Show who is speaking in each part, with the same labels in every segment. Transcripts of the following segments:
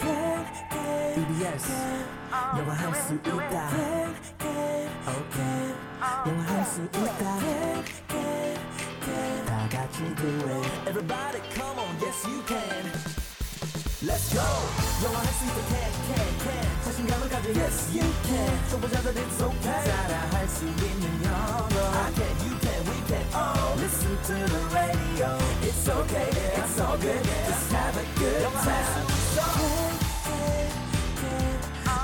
Speaker 1: E CBS 영화 할 수 있다 오케이 영화 할 수 있다 다 같이 do it Everybody come on yes you can Let's go 영화 할 수 있다 E can can can 자신감을 가져 yes you can 초보자들 it's okay 따라할 수 있는 영어 I can you can we can all listen to the radio It's okay yeah, it's all good just have a good time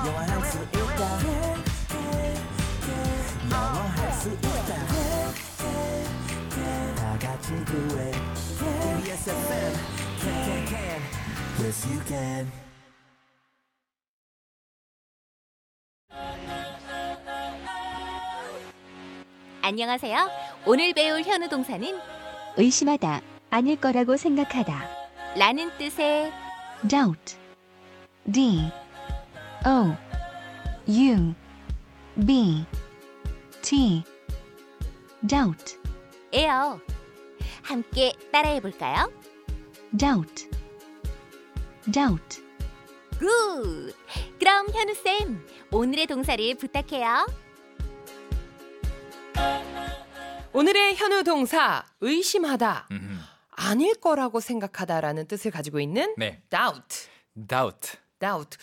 Speaker 1: 영화 할 수 있다 영화 할 수 있다 다 같이 do it KBS FM can can can Yes you can
Speaker 2: 안녕하세요. 오늘 배울 현우 동사는
Speaker 3: 의심하다, 아닐 거라고 생각하다.
Speaker 2: 라는 뜻의
Speaker 3: doubt. D O U B T doubt,
Speaker 2: 에요. 함께 따라해 볼까요?
Speaker 3: doubt. doubt.
Speaker 2: 굿! 그럼 현우쌤, 오늘의 동사를 부탁해요.
Speaker 4: 오늘의 현우 동사 의심하다 아닐 거라고 생각하다라는 뜻을 가지고 있는
Speaker 5: 네,
Speaker 4: doubt,
Speaker 5: doubt.
Speaker 4: doubt.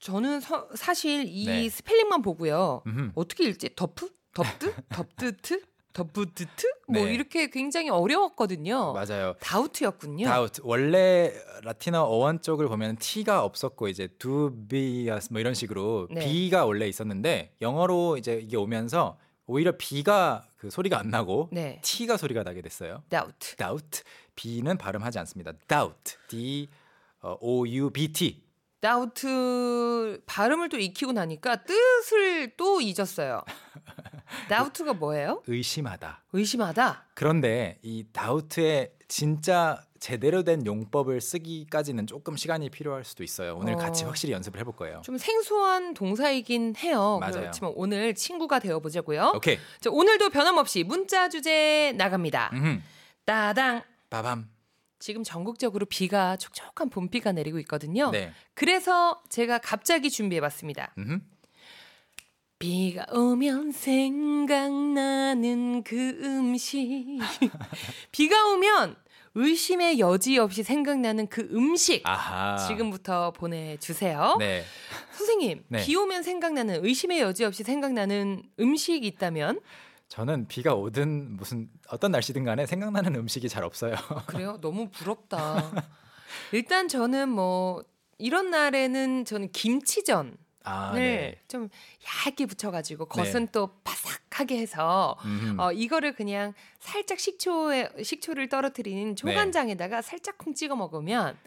Speaker 4: 저는 서- 사실 이
Speaker 5: 네.
Speaker 4: 스펠링만 보고요.
Speaker 5: 음흠.
Speaker 4: 어떻게 읽지? 덮프, 덮드, 덮드트, 덮부드트 뭐
Speaker 5: 네.
Speaker 4: 이렇게 굉장히 어려웠거든요.
Speaker 5: 맞아요.
Speaker 4: doubt였군요.
Speaker 5: doubt. 원래 라틴어 어원 쪽을 보면 t가 없었고 이제 to be as 뭐 이런 식으로
Speaker 4: 네.
Speaker 5: b가 원래 있었는데 영어로 이제 이게 오면서 오히려 b가 그 소리가 안 나고
Speaker 4: 네,
Speaker 5: t가 소리가 나게 됐어요.
Speaker 4: doubt.
Speaker 5: doubt. b는 발음하지 않습니다. doubt. d 어, o u b t.
Speaker 4: doubt 발음을 또 익히고 나니까 뜻을 또 잊었어요. doubt가 뭐예요?
Speaker 5: 의심하다.
Speaker 4: 의심하다.
Speaker 5: 그런데 이 doubt의 진짜 제대로 된 용법을 쓰기까지는 조금 시간이 필요할 수도 있어요. 오늘
Speaker 4: 어.
Speaker 5: 같이 확실히 연습을 해볼 거예요.
Speaker 4: 좀 생소한 동사이긴 해요.
Speaker 5: 어. 맞아요.
Speaker 4: 그렇지만 오늘 친구가 되어보자고요.
Speaker 5: 오케이.
Speaker 4: 자, 오늘도 변함없이 문자 주제 나갑니다.
Speaker 5: 음흠.
Speaker 4: 따당.
Speaker 5: 빠밤.
Speaker 4: 지금 전국적으로 비가 촉촉한 봄비가 내리고 있거든요.
Speaker 5: 네.
Speaker 4: 그래서 제가 갑자기 준비해봤습니다.
Speaker 5: 음흠.
Speaker 4: 비가 오면 생각나는 그 음식. 비가 오면 의심의 여지 없이 생각나는 그 음식.
Speaker 5: 아하.
Speaker 4: 지금부터 보내주세요.
Speaker 5: 네.
Speaker 4: 선생님,
Speaker 5: 네.
Speaker 4: 비 오면 생각나는 의심의 여지 없이 생각나는 음식이 있다면
Speaker 5: 저는 비가 오든 무슨 어떤 날씨든 간에 생각나는 음식이 잘 없어요.
Speaker 4: 그래요? 너무 부럽다. 일단 저는 뭐 이런 날에는 저는 김치전을
Speaker 5: 아, 네.
Speaker 4: 좀 얇게 부쳐가지고 겉은 또 바삭하게 해서
Speaker 5: 음.
Speaker 4: 어, 이거를 그냥 살짝 식초에 식초를
Speaker 5: 네.
Speaker 4: 떨어뜨린 조간장에다가 살짝쿵 찍어 먹으면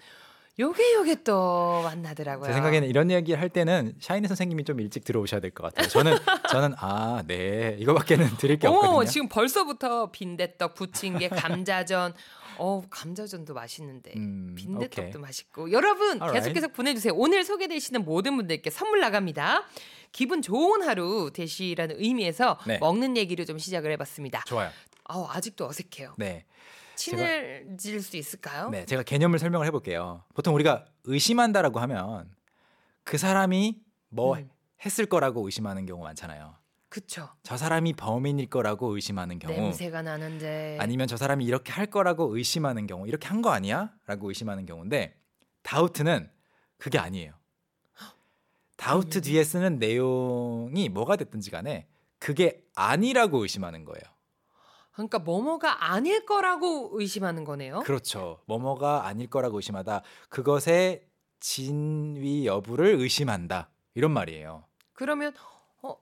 Speaker 4: 요게 요게 또 맛나더라고요.
Speaker 5: 제 생각에는 이런 이야기 할 때는 샤이니 선생님이 좀 일찍 들어오셔야 될 것 같아요. 저는 저는 아, 네. 이거밖에는 드릴 게
Speaker 4: 오,
Speaker 5: 없거든요.
Speaker 4: 지금 벌써부터 빈대떡, 부침개, 감자전. 어, 감자전도 맛있는데.
Speaker 5: 음,
Speaker 4: 빈대떡도
Speaker 5: 오케이.
Speaker 4: 맛있고. 여러분,
Speaker 5: Alright.
Speaker 4: 계속 계속 보내주세요. 오늘 소개되시는 모든 분들께 선물 나갑니다. 기분 좋은 하루 되시라는 의미에서
Speaker 5: 네.
Speaker 4: 먹는 얘기로 좀 시작을 해봤습니다.
Speaker 5: 좋아요.
Speaker 4: 아우, 아직도 어색해요.
Speaker 5: 네.
Speaker 4: 친해질 수 있을까요?
Speaker 5: 네, 제가 개념을 설명을 해볼게요. 보통 우리가 의심한다라고 하면 그 사람이 뭐
Speaker 4: 음.
Speaker 5: 했을 거라고 의심하는 경우 많잖아요.
Speaker 4: 그쵸.
Speaker 5: 저 사람이 범인일 거라고 의심하는 경우,
Speaker 4: 냄새가 나는데.
Speaker 5: 아니면 저 사람이 이렇게 할 거라고 의심하는 경우, 이렇게 한 거 아니야?라고 의심하는 경우인데 다우트는 그게 아니에요. 다우트 뒤에 쓰는 내용이 뭐가 됐든지간에 그게 아니라고 의심하는 거예요.
Speaker 4: 그러니까 뭐뭐가 아닐 거라고 의심하는 거네요.
Speaker 5: 그렇죠. 뭐뭐가 아닐 거라고 의심하다. 그것의 진위 여부를 의심한다. 이런 말이에요.
Speaker 4: 그러면 어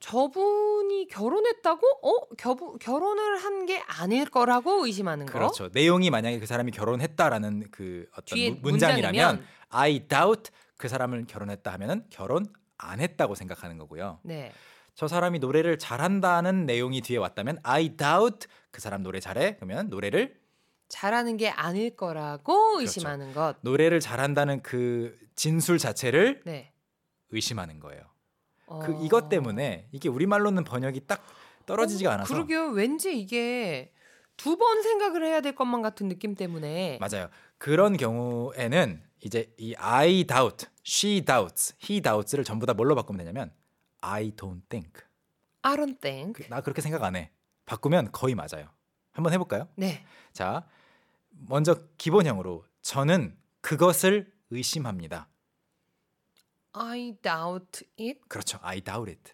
Speaker 4: 저분이 결혼했다고? 어 겨부, 결혼을 한 게 아닐 거라고 의심하는 거?
Speaker 5: 그렇죠. 내용이 만약에 그 사람이 결혼했다라는 그 어떤
Speaker 4: 뒤에
Speaker 5: 문- 문장이라면
Speaker 4: 문장이면?
Speaker 5: I doubt 그 사람을 결혼했다 하면은 결혼 안 했다고 생각하는 거고요.
Speaker 4: 네.
Speaker 5: 저 사람이 노래를 잘한다는 내용이 뒤에 왔다면 I doubt 그 사람 노래 잘해. 그러면 노래를
Speaker 4: 잘하는 게 아닐
Speaker 5: 그렇죠.
Speaker 4: 거라고 의심하는 것.
Speaker 5: 노래를 잘한다는 그 진술 자체를
Speaker 4: 네.
Speaker 5: 의심하는 거예요.
Speaker 4: 어,
Speaker 5: 그 이것 때문에 이게 우리말로는 번역이 딱 떨어지지가 않아서
Speaker 4: 그러게요. 왠지 이게 두 번 생각을 해야 될 것만 같은 느낌 때문에
Speaker 5: 맞아요. 그런 경우에는 이제 이 I doubt, she doubts, he doubts를 전부 다 뭘로 바꾸면 되냐면 I don't think.
Speaker 4: I don't think.
Speaker 5: 그- 나 그렇게 생각 안 해. 바꾸면 거의 맞아요. 한번 해볼까요?
Speaker 4: 네.
Speaker 5: 자, 먼저 기본형으로 저는 그것을 의심합니다.
Speaker 4: I doubt it.
Speaker 5: 그렇죠. I doubt it.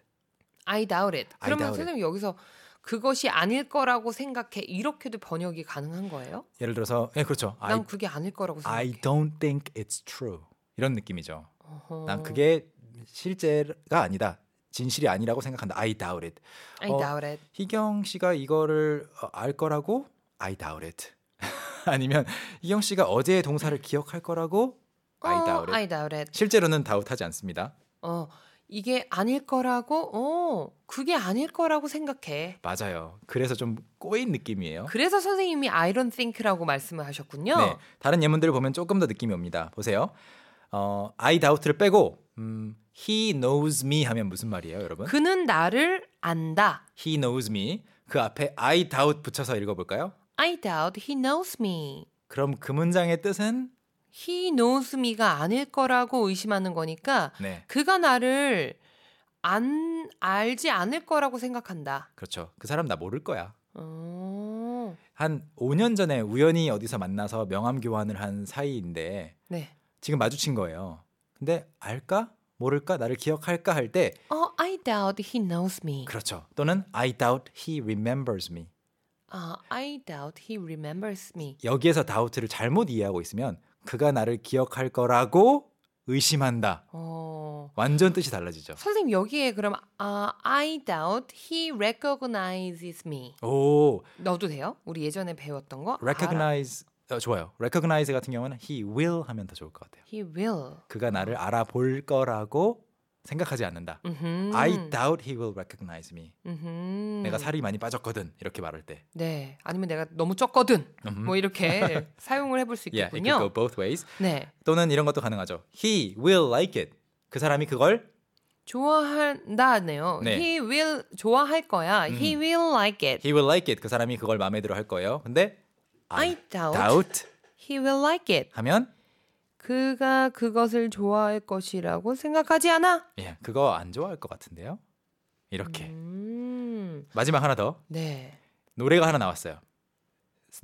Speaker 4: I doubt it.
Speaker 5: I
Speaker 4: 그러면
Speaker 5: doubt it.
Speaker 4: 선생님 여기서 그것이 아닐 거라고 생각해 이렇게도 번역이 가능한 거예요?
Speaker 5: 예를 들어서 예, 그렇죠.
Speaker 4: 난
Speaker 5: I,
Speaker 4: 그게 아닐 거라고 생각해.
Speaker 5: I don't think it's true. 이런 느낌이죠.
Speaker 4: 어허.
Speaker 5: 난 그게 실제가 아니다. 진실이 아니라고 생각한다. I doubt it.
Speaker 4: I
Speaker 5: 어,
Speaker 4: doubt it.
Speaker 5: 희경 씨가 이거를 어, 알 거라고 I doubt it. 아니면 희경 씨가 어제의 동사를 기억할 거라고 I
Speaker 4: 어,
Speaker 5: doubt it.
Speaker 4: I doubt it.
Speaker 5: 실제로는 doubt하지 않습니다.
Speaker 4: 어, 이게 아닐 거라고, 어, 그게 아닐 거라고 생각해.
Speaker 5: 맞아요. 그래서 좀 꼬인 느낌이에요.
Speaker 4: 그래서 선생님이 I don't think라고 말씀을 하셨군요.
Speaker 5: 네, 다른 예문들을 보면 조금 더 느낌이 옵니다. 보세요. 어, I doubt를 빼고 음, he knows me 하면 무슨 말이에요, 여러분?
Speaker 4: 그는 나를 안다.
Speaker 5: he knows me 그 앞에 I doubt 붙여서 읽어볼까요?
Speaker 4: I doubt he knows me.
Speaker 5: 그럼 그 문장의 뜻은
Speaker 4: He knows me가 아닐 거라고 의심하는 거니까
Speaker 5: 네,
Speaker 4: 그가 나를 안 알지 않을 거라고 생각한다.
Speaker 5: 그렇죠. 그 사람 나 모를 거야.
Speaker 4: 어,
Speaker 5: 한 5년 전에 우연히 어디서 만나서 명함 교환을 한 사이인데
Speaker 4: 네.
Speaker 5: 지금 마주친 거예요. 근데 알까? 모를까? 나를 기억할까 할 때
Speaker 4: 어, I doubt he knows me.
Speaker 5: 그렇죠. 또는 I doubt he remembers me.
Speaker 4: 아, I doubt he remembers me.
Speaker 5: 여기에서 doubt를 잘못 이해하고 있으면 그가 나를 기억할 거라고 의심한다.
Speaker 4: 어.
Speaker 5: 완전 뜻이 달라지죠.
Speaker 4: 선생님 여기에 그럼 아, I doubt he recognizes me.
Speaker 5: 오,
Speaker 4: 넣어도 돼요? 우리 예전에 배웠던 거. 알아.
Speaker 5: recognize 어, 좋아요. recognize 같은 경우는 he will 하면 더 좋을 것 같아요.
Speaker 4: He will.
Speaker 5: 그가 나를 알아볼 거라고 생각하지 않는다.
Speaker 4: 음흠.
Speaker 5: I doubt he will recognize me.
Speaker 4: 음흠.
Speaker 5: 내가 살이 많이 빠졌거든 이렇게 말할 때.
Speaker 4: 네. 아니면 내가 너무 쪘거든.
Speaker 5: 음.
Speaker 4: 뭐 이렇게 사용을 해볼 수
Speaker 5: Yeah, it could go
Speaker 4: 있겠군요.
Speaker 5: both ways.
Speaker 4: 네.
Speaker 5: 또는 이런 것도 가능하죠. He will like it. 그 사람이 그걸
Speaker 4: 좋아한다네요.
Speaker 5: 네. 음.
Speaker 4: He will 좋아할 거야. He will like it.
Speaker 5: he will like it. 그 사람이 그걸 마음에 들어 할 거예요. 근데
Speaker 4: I
Speaker 5: I
Speaker 4: doubt.
Speaker 5: doubt
Speaker 4: He will like it.
Speaker 5: 하면
Speaker 4: 그가 그것을 좋아할 것이라고 생각하지 않아.
Speaker 5: 예, 그거 안 좋아할 것 같은데요. 이렇게
Speaker 4: 음.
Speaker 5: 마지막 하나 더
Speaker 4: 네.
Speaker 5: 노래가 하나 나왔어요.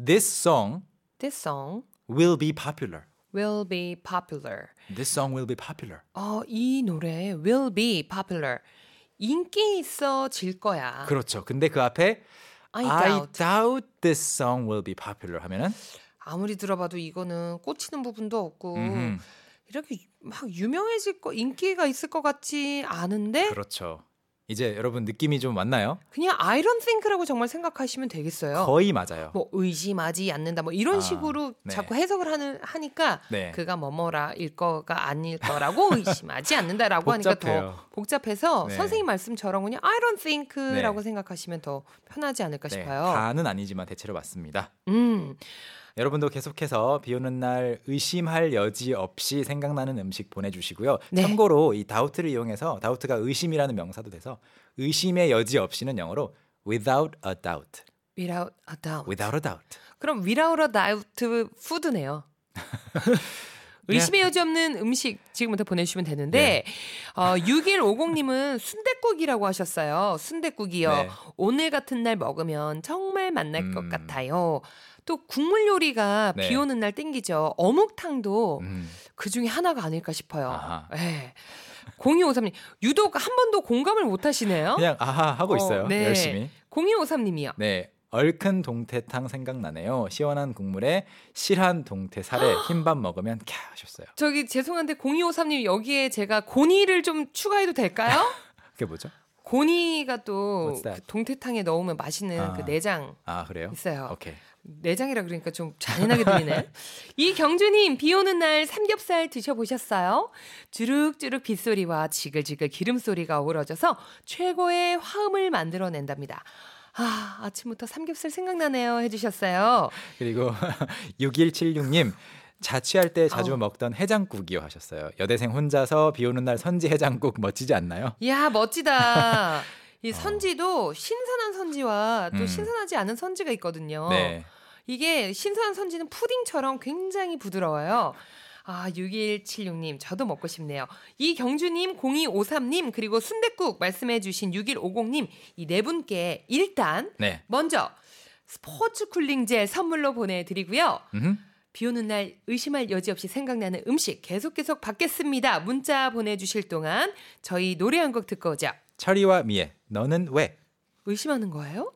Speaker 5: This song
Speaker 4: This song
Speaker 5: will be popular.
Speaker 4: will be popular.
Speaker 5: This song will be popular.
Speaker 4: 어, 이 노래 will be popular. 인기 있어질 거야.
Speaker 5: 그렇죠. 근데 그 앞에
Speaker 4: 아. I doubt.
Speaker 5: this song will be popular 하면은
Speaker 4: 아무리 들어봐도 이거는 꽂히는 부분도 없고
Speaker 5: 음흠,
Speaker 4: 이렇게 막 유명해질 거 인기가 있을 것 같지 않은데
Speaker 5: 그렇죠. 이제 여러분 느낌이 좀 왔나요?
Speaker 4: 그냥 I don't think라고 정말 생각하시면 되겠어요.
Speaker 5: 거의 맞아요.
Speaker 4: 뭐 의심하지 않는다 뭐 이런
Speaker 5: 아,
Speaker 4: 식으로
Speaker 5: 네.
Speaker 4: 자꾸 해석을 하는 하니까
Speaker 5: 네.
Speaker 4: 그가 뭐뭐라일 거가 아닐 거라고 의심하지 않는다라고 하니까
Speaker 5: 복잡해요.
Speaker 4: 더 복잡해서
Speaker 5: 네.
Speaker 4: 선생님 말씀처럼 그냥 I don't think라고 생각하시면 더 편하지 않을까
Speaker 5: 네,
Speaker 4: 싶어요.
Speaker 5: 다는 아니지만 대체로 맞습니다.
Speaker 4: 음,
Speaker 5: 여러분도 계속해서 비 오는 날 의심할 여지 없이 생각나는 음식 보내주시고요.
Speaker 4: 네.
Speaker 5: 참고로 이 다우트를 이용해서 다우트가 의심이라는 명사도 돼서 의심의 여지 없이는 영어로 without a doubt,
Speaker 4: without a doubt.
Speaker 5: without a doubt.
Speaker 4: 그럼 without a doubt food네요. 의심의 여지 없는 음식 지금부터 보내주시면 되는데
Speaker 5: 네.
Speaker 4: 어, 6150님은 순댓국이라고 하셨어요. 순댓국이요.
Speaker 5: 네.
Speaker 4: 오늘 같은 날 먹으면 정말 만날 것
Speaker 5: 음.
Speaker 4: 같아요. 또 국물 요리가
Speaker 5: 네.
Speaker 4: 비 오는 날 땡기죠. 어묵탕도
Speaker 5: 음,
Speaker 4: 그 중에 하나가 아닐까 싶어요.
Speaker 5: 아하.
Speaker 4: 예. 0253님 유독 한 번도 공감을 못 하시네요.
Speaker 5: 그냥 아하 하고
Speaker 4: 어,
Speaker 5: 있어요.
Speaker 4: 네.
Speaker 5: 열심히.
Speaker 4: 0253님이요.
Speaker 5: 네. 얼큰 동태탕 생각나네요. 시원한 국물에 실한 동태 살에
Speaker 4: 아.
Speaker 5: 흰밥 먹으면 캬 하셨어요.
Speaker 4: 저기 죄송한데 0253님 여기에 제가 고니를 좀 추가해도 될까요?
Speaker 5: 그게 뭐죠?
Speaker 4: 고니가 또
Speaker 5: What's that?
Speaker 4: 그 동태탕에 넣으면 맛있는
Speaker 5: 아.
Speaker 4: 그 내장
Speaker 5: 아 그래요?
Speaker 4: 있어요.
Speaker 5: 오케이.
Speaker 4: 내장이라 그러니까 좀 잔인하게 들리네. 이경주님 비 오는 날 삼겹살 드셔보셨어요? 주룩주룩 빗소리와 지글지글 기름 소리가 어우러져서 최고의 화음을 만들어낸답니다. 아 아침부터 삼겹살 생각나네요 해주셨어요.
Speaker 5: 그리고 6176님 자취할 때 자주
Speaker 4: 아우.
Speaker 5: 먹던 해장국이요 하셨어요. 여대생 혼자서 비 오는 날 선지 해장국 멋지지 않나요?
Speaker 4: 이야 멋지다. 이 선지도 신선한 선지와 또
Speaker 5: 어. 음.
Speaker 4: 신선하지 않은 선지가 있거든요.
Speaker 5: 네.
Speaker 4: 이게 신선한 선지는 푸딩처럼 굉장히 부드러워요. 아, 6176님, 저도 먹고 싶네요. 이경주님, 0253님, 그리고 순댓국 말씀해주신 6150님, 이 네 분께 일단
Speaker 5: 네.
Speaker 4: 먼저 스포츠 쿨링젤 선물로 보내드리고요.
Speaker 5: 음흠.
Speaker 4: 비 오는 날 의심할 여지 없이 생각나는 음식 계속 계속 받겠습니다. 문자 보내주실 동안 저희 노래 한 곡 듣고 오죠.
Speaker 5: 철이와 미애 너는 왜?
Speaker 4: 의심하는 거예요?